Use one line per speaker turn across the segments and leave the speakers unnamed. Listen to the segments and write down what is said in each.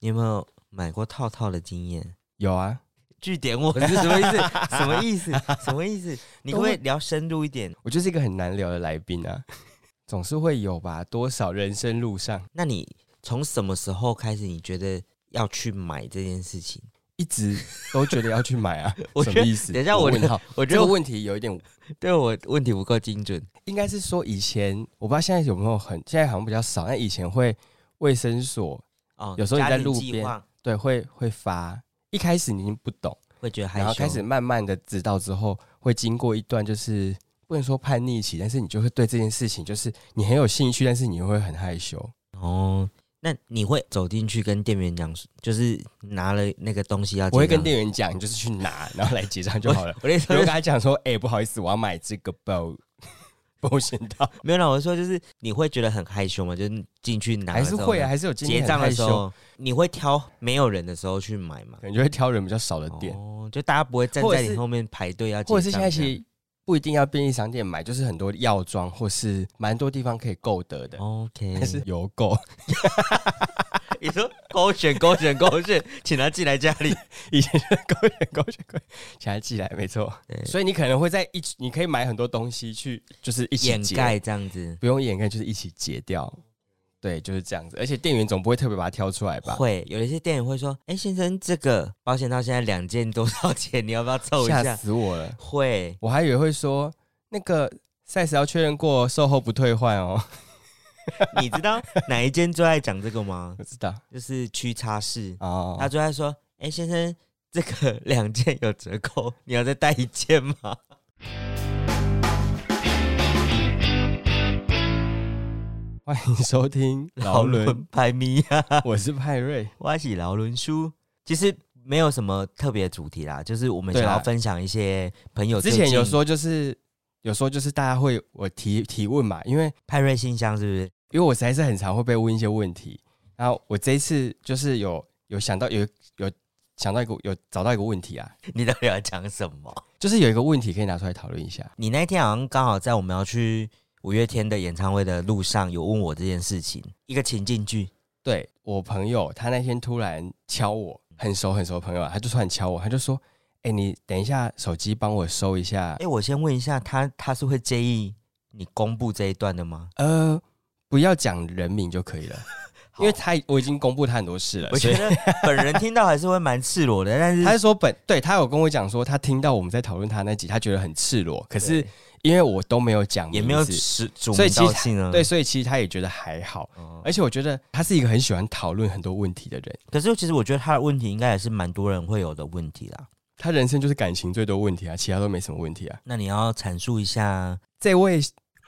你有没有买过套套的经验？
有啊，
据点我是什么意思？什么意思？什么意思？你可不可以聊深入一点？
我就是一个很难聊的来宾啊， 总是会有吧，多少人生路上
那你从什么时候开始，你觉得要去买这件事情？
一直都觉得要去买啊
，我
什
觉
么
得
意思？
等一下我
问号，
我觉
这
得
个
我
问题有一点，
对我问题不够精准。
应该是说以前我不知道现在有没有很，现在好像比较少，但以前会卫生所
哦，
有时候你
家
在
庭
路
计
边
划
对会会发，一开始你已经不懂。
会觉得害
然
羞，
后开始慢慢的知道之后，会经过一段就是不能说叛逆期，但是你就会对这件事情就是你很有兴趣，但是你又会很害羞。
哦。那你会走进去跟店员讲，就是拿了那个东西要结账，
我会跟店员讲，你就是去拿，然后来结账就好了。
我那时候
我就
就
跟他讲说，哎、不好意思，我要买这个包 保险套，
没有啦，我说就是你会觉得很害羞吗？就是进去拿
还
了
是
之后
会啊，
呢，
还是有今天
结
很
账的
害
时
羞，
候你会挑没有人的时候去买嘛
可？能就会挑人比较少的店，
哦，就大家不会站
或者
在你
是
后面排队要结账，
或者是现在其
这样
实不一定要便利商店买，就是很多药妆或是蛮多地方可以购得 的，嗯
OK，
哦但是邮购。
你说勾选勾选勾选，请他进来家里。
以前就是勾选勾选勾选，请他寄来，没错
对。
所以你可能会在一起，你可以买很多东西去，就是 一起
掩
结，
盖这样子，
不用掩盖，就是一起结掉。对，就是这样子。而且店员总不会特别把它挑出来吧？
会有一些店员会说：“哎、先生，这个保险套现在两件多少钱？你要不要凑一
吓
下
死我了！？”
会，
我还以为会说那个 size 要确认过，售后不退换哦。
你知道 哪一间最爱讲这个吗？
我知道
就是屈叉式，
哦
他，最爱说：“哎、先生，这个两件有折扣，你要再带一件吗
欢迎收听？”劳
劳
伦，
伦拍咪呀，
我是派瑞。
我是劳伦叔。其实没有什么特别的主题啦，就是我们
对
想
啦
要分享一些朋友
啊之
最
前
近
有说就是有说就是大家会我提提问嘛，因为
派瑞信箱是不是？
因为我实在是很常会被问一些问题，然后我这一次就是有有想到有有想到一个有找到一个问题啊，
你到底要讲什么？
就是有一个问题可以拿出来讨论一下。
你那天好像刚好在我们要去五月天的演唱会的路上，有问我这件事情，一个情境剧。
对我朋友，他那天突然敲我，很熟很熟的朋友啊，他就突然敲我，他就说：“哎、你等一下，手机帮我收一下
哎、。我先问一下，他他是会介意你公布这一段的吗？
呃，不要讲人名就可以了，
好
因为他我已经公布他很多事了。
我
所以
觉得本人听到还是会蛮赤裸的，但是
他是说本对他有跟我讲说，他听到我们在讨论他那集，他觉得很赤裸，可是
对
因为我都没有讲名字，
也没有指主
所以
名
其
道
实
姓啊。
对，，所以其实他也觉得还好，
哦
而且我觉得他是一个很喜欢讨论很多问题的人。
可是其实我觉得他的问题应该也是蛮多人会有的问题啦。
他人生就是感情最多问题啊，其他都没什么问题啊。
那你要阐述一下，
这位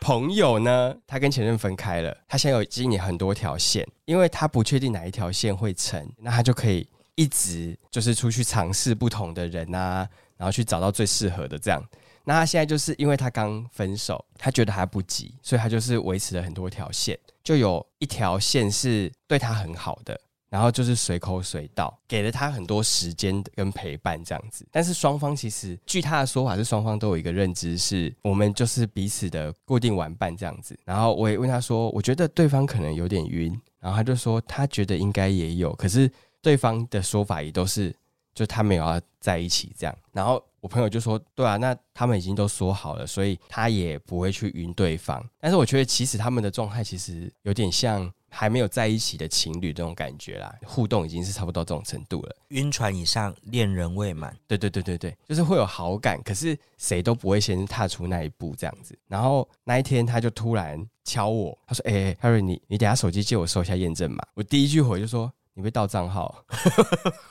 朋友呢，他跟前任分开了，他现在有经历很多条线，因为他不确定哪一条线会成，那他就可以一直就是出去尝试不同的人啊，然后去找到最适合的这样。那他现在就是因为他刚分手，他觉得还不急，所以他就是维持了很多条线，就有一条线是对他很好的，然后就是随口随到，给了他很多时间跟陪伴这样子。但是双方其实，据他的说法是双方都有一个认知是，我们就是彼此的固定玩伴这样子。然后我也问他说，我觉得对方可能有点晕，然后他就说他觉得应该也有，可是对方的说法也都是就他没有要在一起这样。然后我朋友就说，对啊，那他们已经都说好了，所以他也不会去晕对方。但是我觉得其实他们的状态其实有点像还没有在一起的情侣这种感觉啦，互动已经是差不多这种程度了。
晕船以上恋人未满，
对对对对对，就是会有好感，可是谁都不会先踏出那一步这样子。然后那一天他就突然敲我，他说：“哎、欸、，Harry，你你等一下手机借我收一下验证码。”我第一句回就说：“你被盗账号。”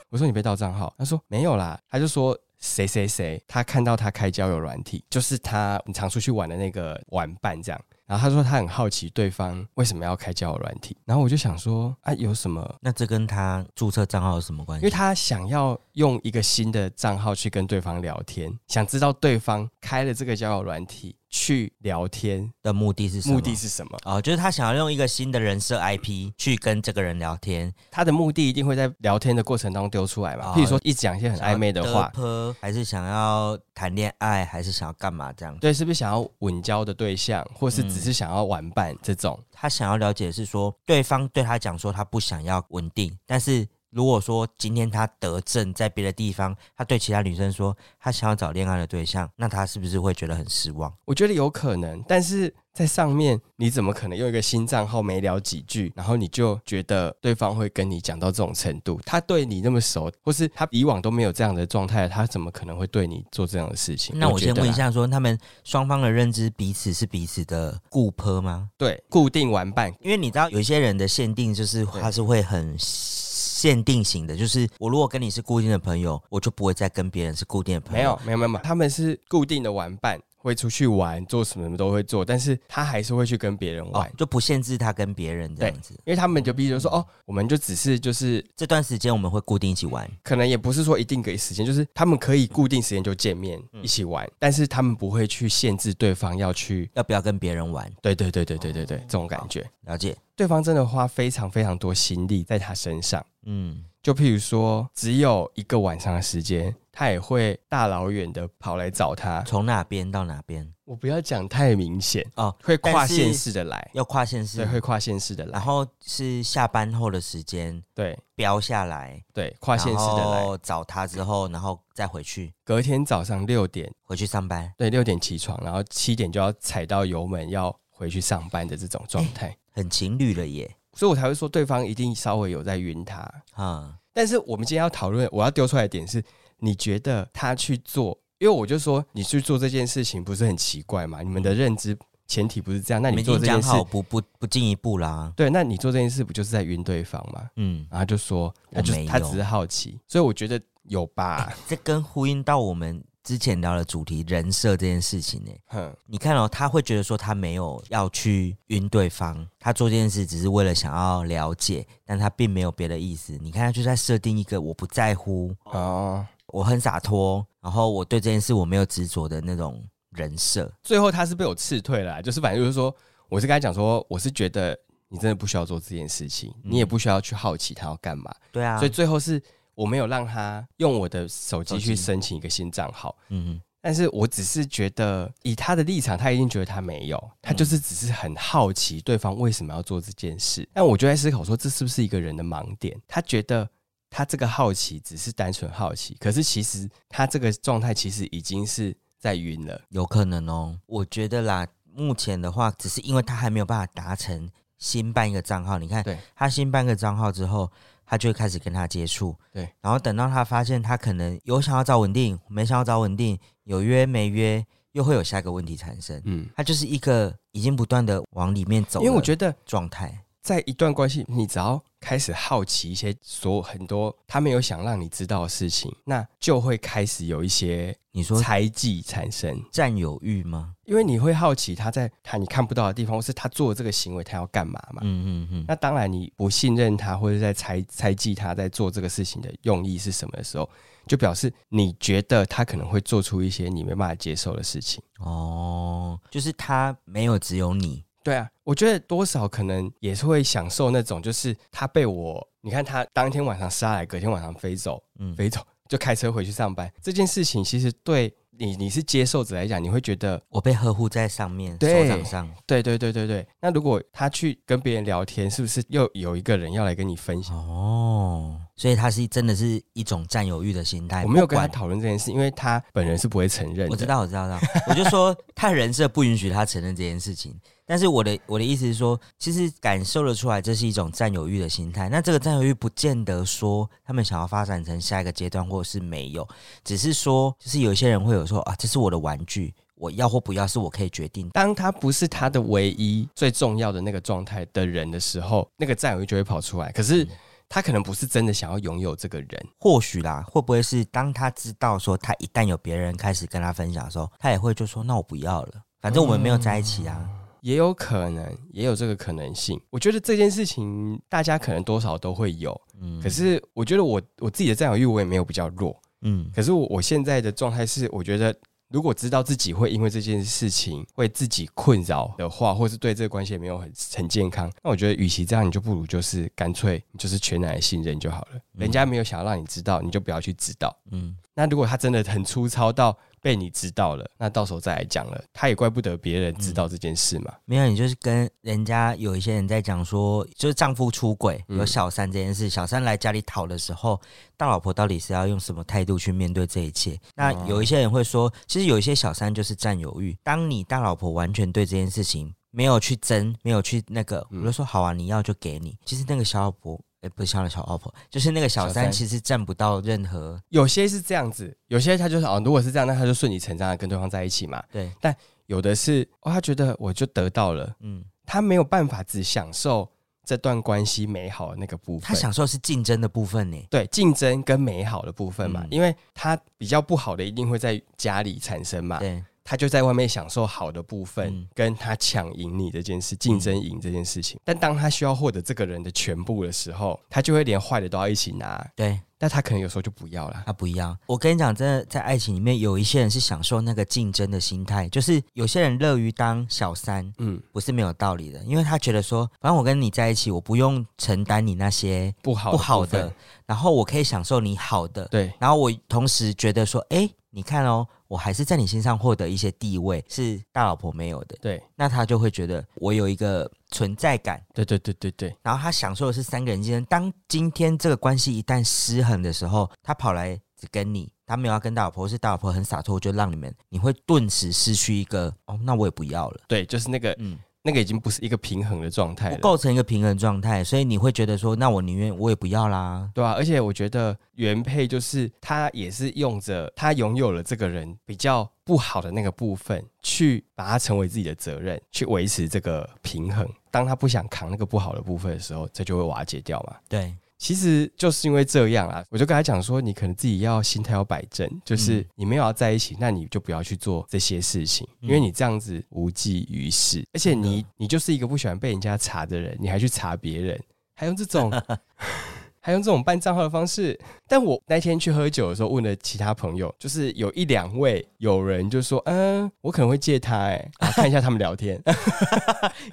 我说：“你被盗账号。”他说：“没有啦。”他就说。谁谁谁，他看到他开交友软体，就是他你常出去玩的那个玩伴这样。然后他说他很好奇对方为什么要开交友软体，然后我就想说啊，有什么
那这跟他注册账号有什么关
因
系
为？他想要用一个新的账号去跟对方聊天，想知道对方开了这个交友软体去聊天，
的目的是什么？
目的是什么？
哦，就是他想要用一个新的人设 IP 去跟这个人聊天，
他的目的一定会在聊天的过程当中丢出来嘛？
哦
譬如说一直讲一些很暧昧的话，
想要得坡还是想要谈恋爱，还是想要干嘛这样？
对，是不是想要稳交的对象，或是
嗯
只是想要玩伴这种？
他想要了解的是说，对方对他讲说他不想要稳定，但是如果说今天他得证在别的地方，他对其他女生说他想要找恋爱的对象，那他是不是会觉得很失望？
我觉得有可能，但是在上面你怎么可能用一个新账号没聊几句，然后你就觉得对方会跟你讲到这种程度？他对你那么熟，或是他以往都没有这样的状态，他怎么可能会对你做这样的事情？
那我
觉得
先
啦
问一，下说他们双方的认知彼此是彼此的顾坡吗？
对，固定玩伴，
因为你知道有些人的限定就是他是会很限定型的，就是我如果跟你是固定的朋友，我就不会再跟别人是固定的朋友。
没有，没有，没有，没有他们是固定的玩伴，会出去玩，做什么都会做，但是他还是会去跟别人
哦
玩。，
就不限制他跟别人这样子。
因为他们就必须说哦，我们就只是就是
这段时间我们会固定一起玩，
可能也不是说一定给时间，就是他们可以固定时间就见面、
嗯
一起玩，但是他们不会去限制对方要去，
要不要跟别人玩？
对对对对对对对，
哦
这种感觉，
了解，
对方真的花非常非常多心力在他身上。
嗯，
就譬如说，只有一个晚上的时间，他也会大老远的跑来找他。
从哪边到哪边
我不要讲太明显，
哦，
会跨
但是哦
县市的来，
要跨县市
对，，会跨县市的
然
来，
后是下班后的时间
对
标下来，
对，跨县市的
然
来。
后找他之后，然后再回去
隔天早上六点，
回去上班，
对，六点起床，然后七点就要踩到油门，要回去上班的这种状态。
很情侣了耶，
所以我才会说对方一定稍微有在晕他。
啊、
但是我们今天要讨论，我要丢出来的点是，你觉得他去做，因为我就说你去做这件事情不是很奇怪嘛？你们的认知前提不是这样，那
我们
你
已
做
经
这
讲
件事
好，不不不进一步啦，
对，那你做这件事不就是在晕对方吗？
嗯，
然后他就说，他
我
就
没有
他只是好奇，所以我觉得有吧，
这跟呼应到我们之前聊的主题人设这件事情呢。
哼，
你看哦，他会觉得说他没有要去晕对方，他做这件事只是为了想要了解，但他并没有别的意思。你看，他就在设定一个我不在乎，
哦，
我很洒脱，然后我对这件事我没有执着的那种人设。
最后他是被我刺退了啊、就是反正就是说，我是跟他讲说，我是觉得你真的不需要做这件事情，你也不需要去好奇他要干嘛，
对嗯啊，
所以最后是我没有让他用我的手机
手机
去申请一个新账号，
嗯
但是我只是觉得以他的立场，他一定觉得他没有，他就是只是很好奇对方为什么要做这件事。但我就在思考说，这是不是一个人的盲点？他觉得。他这个好奇只是单纯好奇，可是其实他这个状态其实已经是在晕了。
有可能哦。我觉得啦，目前的话，只是因为他还没有办法达成新办一个账号。你看
对，
他新办个账号之后，他就会开始跟他接触。
对，
然后等到他发现他可能有想要找稳定，没想要找稳定，有约没约，又会有下一个问题产生。
嗯，
他就是一个已经不断的往里面走，
因为我觉
得
得
状态，
在一段关系，你只要开始好奇一些所有很多他没有想让你知道的事情，那就会开始有一些
你说
猜忌产生，
占有欲吗？
因为你会好奇他在他你看不到的地方，或是他做这个行为他要干嘛嘛。
嗯嗯嗯，
那当然，你不信任他，或者在猜猜忌他在做这个事情的用意是什么的时候，就表示你觉得他可能会做出一些你没办法接受的事情。
哦，就是他没有只有你，
对啊，我觉得多少可能也是会享受那种，就是他被我，你看他当天晚上杀来，隔天晚上飞走，
嗯，
飞走就开车回去上班这件事情，其实对你你是接受者来讲，你会觉得，
我被呵护在上面
对
手掌上，
对对对对对。那如果他去跟别人聊天，是不是又有一个人要来跟你分享？
哦，所以他是真的是一种占有欲的心态。
我没有跟
不
他
管
讨论这件事，因为他本人是不会承认
我知
的。
道，我知道，我知道。我就 说他人设不允许他承认这件事情，但是我的我的意思是说，其实感受得出来，这是一种占有欲的心态。那这个占有欲不见得说他们想要发展成下一个阶段，或是没有，只是说就是有一些人会有说啊，这是我的玩具，我要或不要是我可以决定的。
当他不是他的唯一、最重要的那个状态的人的时候，那个占有欲就会跑出来。可
嗯
是他可能不是真的想要拥有这个人。
或许啦，会不会是当他知道说他一旦有别人开始跟他分享的时候，他也会就说那我不要了，反正我们没有在一起啊。
也有可能，也有这个可能性。我觉得这件事情大家可能多少都会有，
嗯，
可是我觉得我我自己的占有欲我也没有比较弱。
嗯
可是我我现在的状态是，我觉得如果知道自己会因为这件事情会自己困扰的话，或是对这个关系也没有很很健康，那我觉得与其这样，你就不如就是干脆你就是全然的信任就好了。人家没有想要让你知道，你就不要去知道。
嗯，
那如果他真的很粗糙到被你知道了，那到时候再来讲了，他也怪不得别人知道这件事嘛。
没有，你就是跟人家有一些人在讲说，就是丈夫出轨
嗯
有小三这件事，小三来家里讨的时候，大老婆到底是要用什么态度去面对这一切？那
哦
有一些人会说，其实有一些小三就是占有欲，当你大老婆完全对这件事情没有去争，没有去那个，
嗯
我就说好啊，你要就给你。其实那个小老婆。哎，不是小小老婆，就是那个小
小
三，
三
其实占不到任何
有些是这样子，有些他就是哦，如果是这样，那他就顺理成章的跟对方在一起嘛。
对，
有的是哦，他觉得我就得到了，
嗯，
他没有办法只享受这段关系美好的那个部分。
他享受是竞争的部分呢。
对竞争跟美好的部分嘛，
嗯
因为他比较不好的一定会在家里产生嘛，
对，
他就在外面享受好的部分，
嗯
跟他抢赢你这件事、竞争赢这件事情。但当他需要获得这个人的全部的时候，他就会连坏的都要一起拿，
对，
但他可能有时候就不要了。
他啊不一样。我跟你讲，真的在爱情里面，有一些人是享受那个竞争的心态，就是有些人乐于当小三，
嗯，
不是没有道理的，因为他觉得说，反正我跟你在一起，我不用承担你那些
不好
不好
部分
的，，然后我可以享受你好的，
对，
然后我同时觉得说，哎，你看哦。我还是在你身上获得一些地位，是大老婆没有的，
对，
那他就会觉得我有一个存在感，
对，对，对，对，对，
然后他享受的是三个人之间。当今天这个关系一旦失衡的时候，他跑来只跟你，他没有要跟大老婆，或是大老婆很洒脱，就让你们，你会顿时失去一个哦，那我也不要了，
对，就是那个
嗯，
那个已经不是一个平衡的状态
不
了。
构成一个平衡状态，所以你会觉得说，那我宁愿我也不要啦，
对啊，而且我觉得原配就是他也是用着他拥有了这个人比较不好的那个部分，去把它成为自己的责任，去维持这个平衡。当他不想扛那个不好的部分的时候，这就会瓦解掉嘛。
对，
其实就是因为这样啊，我就跟他讲说，你可能自己要心态要摆正，就是
嗯
你没有要在一起，那你就不要去做这些事情，
嗯
因为你这样子无济于事，而且
真
你
的
你就是一个不喜欢被人家查的人，你还去查别人，还用这种 还用这种办账号的方式。但我那天去喝酒的时候，问了其他朋友，就是有一两位有人就说，嗯，我可能会借他、欸， 哎，看一下他们聊天，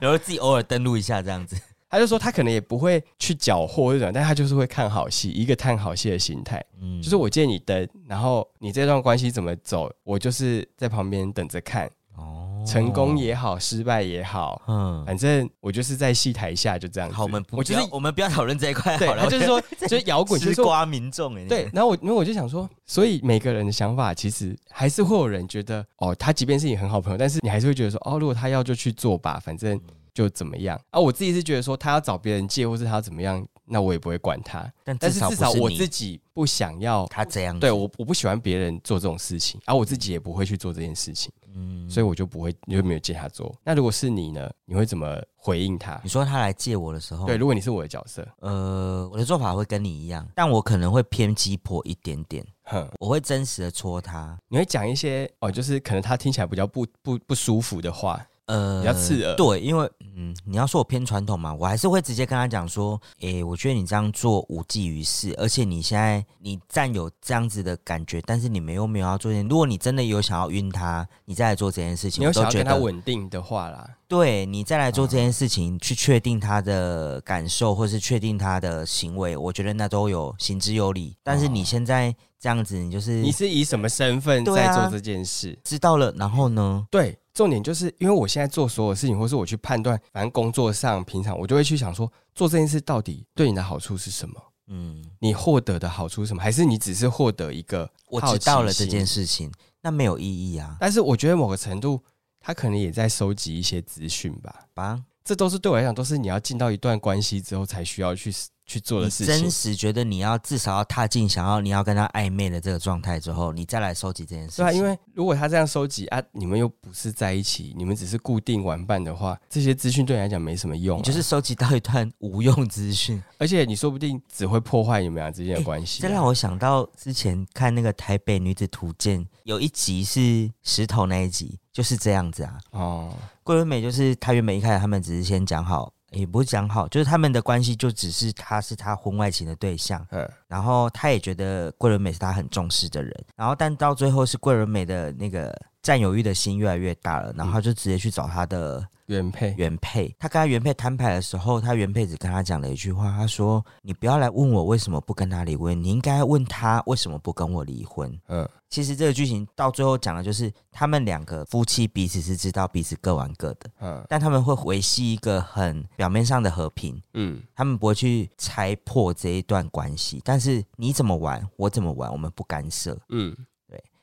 然后自己偶尔登录一下这样子，
他就说他可能也不会去缴获这种，但他就是会看好戏，一个看好戏的心态。
嗯，
就是我借你灯，然后你这段关系怎么走，我就是在旁边等着看，
哦
成功，也好，失败也好，
嗯，
反正我就是在戏台下就这样子。
好，我们不
我就
要
是
我们不要讨论这一块
对，
好了，
他就是说， 就是摇
我
滚，
觉得
就是
吃
说
瓜民众哎，
对。，然后我，因为我就想说，所以每个人的想法其实还是会有人觉得，哦，他即便是你很好朋友，但是你还是会觉得说，哦，如果他要就去做吧，反
嗯
正就怎么样啊。我自己是觉得说，他要找别人借，或是他要怎么样，那我也不会管他。
但
但是至少
不是
我
你
自己不想要
他这样子，
对我我不喜欢别人做这种事情，而、啊我自己也不会去做这件事情，
嗯，
所以我就不会，就没有借他做。那如果是你呢？你会怎么回应他
你？说他来借我的时候，
对，如果你是我的角色，
呃，我的做法会跟你一样，但我可能会偏鸡婆一点点，
哼，
我会真实的戳他。
你会讲一些哦，就是可能他听起来比较不不不舒服的话，
呃，
比较刺耳
对，因为嗯，你要说我偏传统嘛，我还是会直接跟他讲说，诶，我觉得你这样做无济于事，而且你现在你占有这样子的感觉，但是你们又没有要做这件。如果你真的有想要晕他，你再来做这件事情，
你有
我都
想要
觉
跟他啊
得
稳定的话啦，
对你再来做这件事情，去确定他的感受，或是确定他的行为，我觉得那都有行之有理。但是你现在这样子，你就是
哦你是以什么身份
嗯对
在
啊
做这件事？
知道了，然后呢？
对，重点就是因为我现在做所有事情，或是我去判断，反正工作上、平常，我就会去想说，做这件事到底对你的好处是什么？
嗯，
你获得的好处是什么？还是你只是获得一个
我
好
知
奇
道了这
心
件事情，那没有意义啊，
但是我觉得某个程度，他可能也在收集一些资讯吧。
吧？
这都是对我来讲，都是你要进到一段关系之后才需要去 s- 去做
你
的事情
真。实觉得你要至少要踏进想要你要跟他暧昧的这个状态之后，你再来收集这件事情。
对啊，因为如果他这样收集啊，你们又不是在一起，你们只是固定玩伴的话，这些资讯对你来讲没什么用
你
啊、
就是收集到一段无用资 讯，
而且你说不定只会破坏你们俩之间的关系啊、
这让我想到之前看那个《台北女子图鉴》有一集是石头那一集，就是这样子啊。
哦，
桂纶镁就是她原本一开始他们只是先讲好，也不是讲好，就是他们的关系就只是她是他婚外情的对象，
嗯，
然后她也觉得桂纶镁是她很重视的人，然后但到最后是桂纶镁的那个占有欲的心越来越大了，然后她就直接去找她的
原配
原配，他跟他原配摊牌的时候，他原配只跟他讲了一句话，他说：“你不要来问我为什么不跟他离婚，你应该问他为什么不跟我离婚。
嗯，”
其实这个剧情到最后讲的就是，他们两个夫妻彼此是知道彼此各玩各的，
嗯
但他们会维系一个很表面上的和平，
嗯，
他们不会去拆破这一段关系。但是你怎么玩，我怎么玩，我们不干涉。
嗯，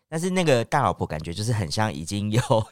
但是那个大老婆感觉就是很像已经有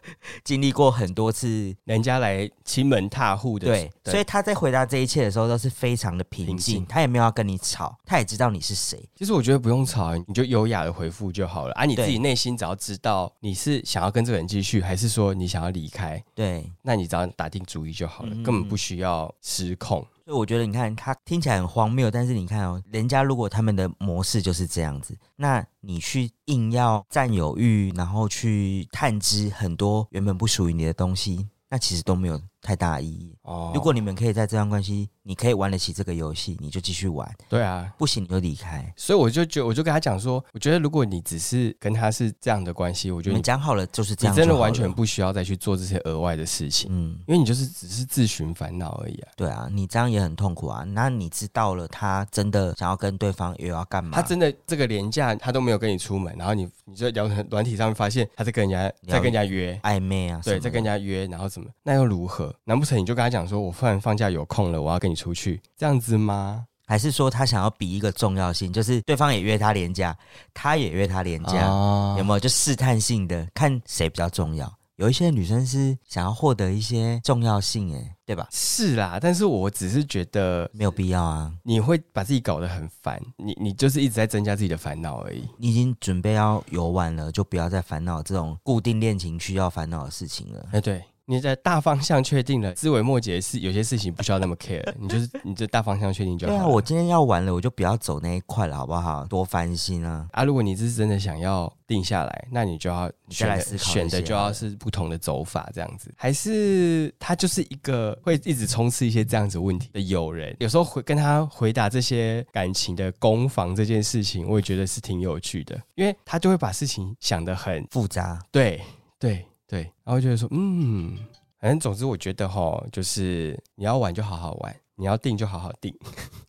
经历过很多次
人家来亲门踏户的，
对，所以他在回答这一切的时候都是非常的平
平
静，
静
他也没有要跟你吵，他也知道你是谁。
其实我觉得不用吵，你就优雅的回复就好了啊。你
对
自己内心只要知道你是想要跟这个人继续，还是说你想要离开，
对，
那你只要打定主意就好了，
嗯
根本不需要失控。
所以我觉得你看他听起来很荒谬，但是你看哦，人家如果他们的模式就是这样子，那你去硬要占有欲，然后去探知很多原本不属于你的东西，那其实都没有太大的意义。
哦
如果你们可以在这段关系，你可以玩得起这个游戏，你就继续玩；
对啊，
不行你就离开。
所以我就觉，我就跟他讲说，我觉得如果你只是跟他是这样的关系，我觉
你
得
们
你
讲好了就是这
你
样就好
真
了，
的完全不需要再去做这些额外的事情，
嗯。
因为你就是只是自寻烦恼而已啊。
对啊，你这样也很痛苦啊。那你知道了，他真的想要跟对方又要干嘛？
他真的这个廉价，他都没有跟你出门，然后你你就聊软软体上面发现他在跟人家在跟人家约，
暧昧啊？
对，在跟人
家
家约，然后怎么？那又如何？难不成你就跟他讲说，我突然放假有空了，我要跟你出去，这样子吗？
还是说他想要比一个重要性，就是对方也约他廉价，他也约他廉价，
啊
有没有？就试探性的看谁比较重要。有一些女生是想要获得一些重要性，哎，对吧？
是啦，但是我只是觉得
没有必要啊，
你会把自己搞得很烦，你你就是一直在增加自己的烦恼而已。
你已经准备要游玩了，就不要再烦恼这种固定恋情需要烦恼的事情了。
哎，对，你的大方向确定了，枝微末节是有些事情不需要那么 care，你就是你这大方向确定就好
对
了。
啊，我今天要玩了，我就不要走那一块了，好不好？多烦心啊！
啊，如果你是真的想要定下来，那你就要
再
选
来
的
思考一
选的
些
就要是不同的走法，这样子，还是他就是一个会一直冲刺一些这样子问题的友人。有时候回跟他回答这些感情的攻防这件事情，我也觉得是挺有趣的，因为他就会把事情想得很
复杂，
对对对，然后就会说嗯，反正总之我觉得哈，就是你要玩就好好玩，你要定就好好定，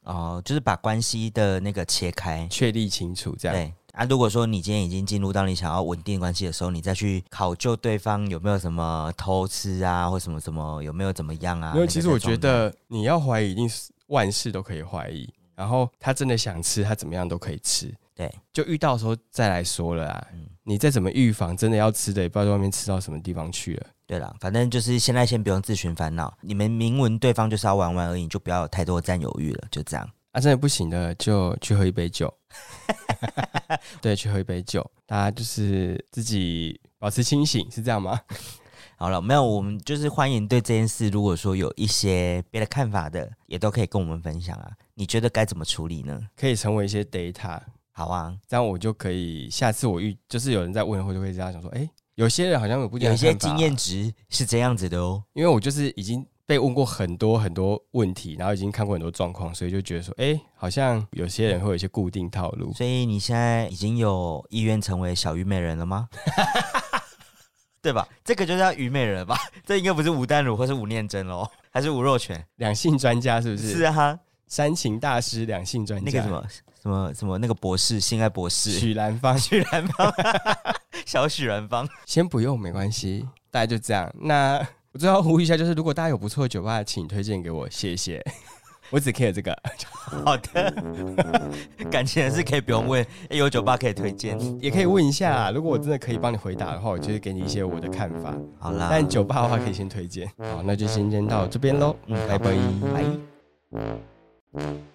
哦，就是把关系的那个切开。
确立清楚这样。
对啊，如果说你今天已经进入到你想要稳定关系的时候，你再去考究对方有没有什么偷吃啊，或什么什么有没有怎么样啊？
因为
那个
其实
再
我觉
装的
得你要怀疑，一定是万事都可以怀疑。然后他真的想吃，他怎么样都可以吃。
对，
就遇到的时候再来说了啊。
嗯
你再怎么预防，真的要吃的也不知道外面吃到什么地方去了。
对了，反正就是现在先不用自寻烦恼，你们明文对方就是要玩玩而已，你就不要有太多占有欲了，就这样。
啊，真的不行的，就去喝一 杯酒。对，去喝一杯酒，大家就是自己保持清醒，是这样吗？
好了，没有，我们就是欢迎对这件事，如果说有一些别的看法的，也都可以跟我们分享啊。你觉得该怎么处理呢？
可以成为一些 data，
好啊，
这样我就可以下次我遇就是有人在问的时候，就会这样想说，哎、有些人好像有不一
有
样的啊
一些
看法啊
经验值是这样子的哦。
因为我就是已经被问过很多很多问题，然后已经看过很多状况，所以就觉得说，哎、好像有些人会有一些固定套路。
所以你现在已经有意愿成为小虞美人了吗？ 对吧？这个就叫虞美人了吧？ 这应该不是吴淡如或是吴念真喽，还是吴若权？
两性专家是不是？
是啊，
煽情大师，两性专
那个
家
什么什么什么那个博士，性爱博士，
许兰芳，
许兰芳，小许兰芳。
先不用没关系，大家就这样。那我最后呼吁一下，就是如果大家有不错的酒吧，请推荐给我，谢谢。我只 care 这个，
好的， 感情也是可以不用问，诶有酒吧可以推荐。
也可以问一下，如果我真的可以帮你回答的话，我就是给你一些我的看法。
好啦，
但酒吧的话可以先推荐。好，那就先先到这边喽，
嗯
拜拜。
拜。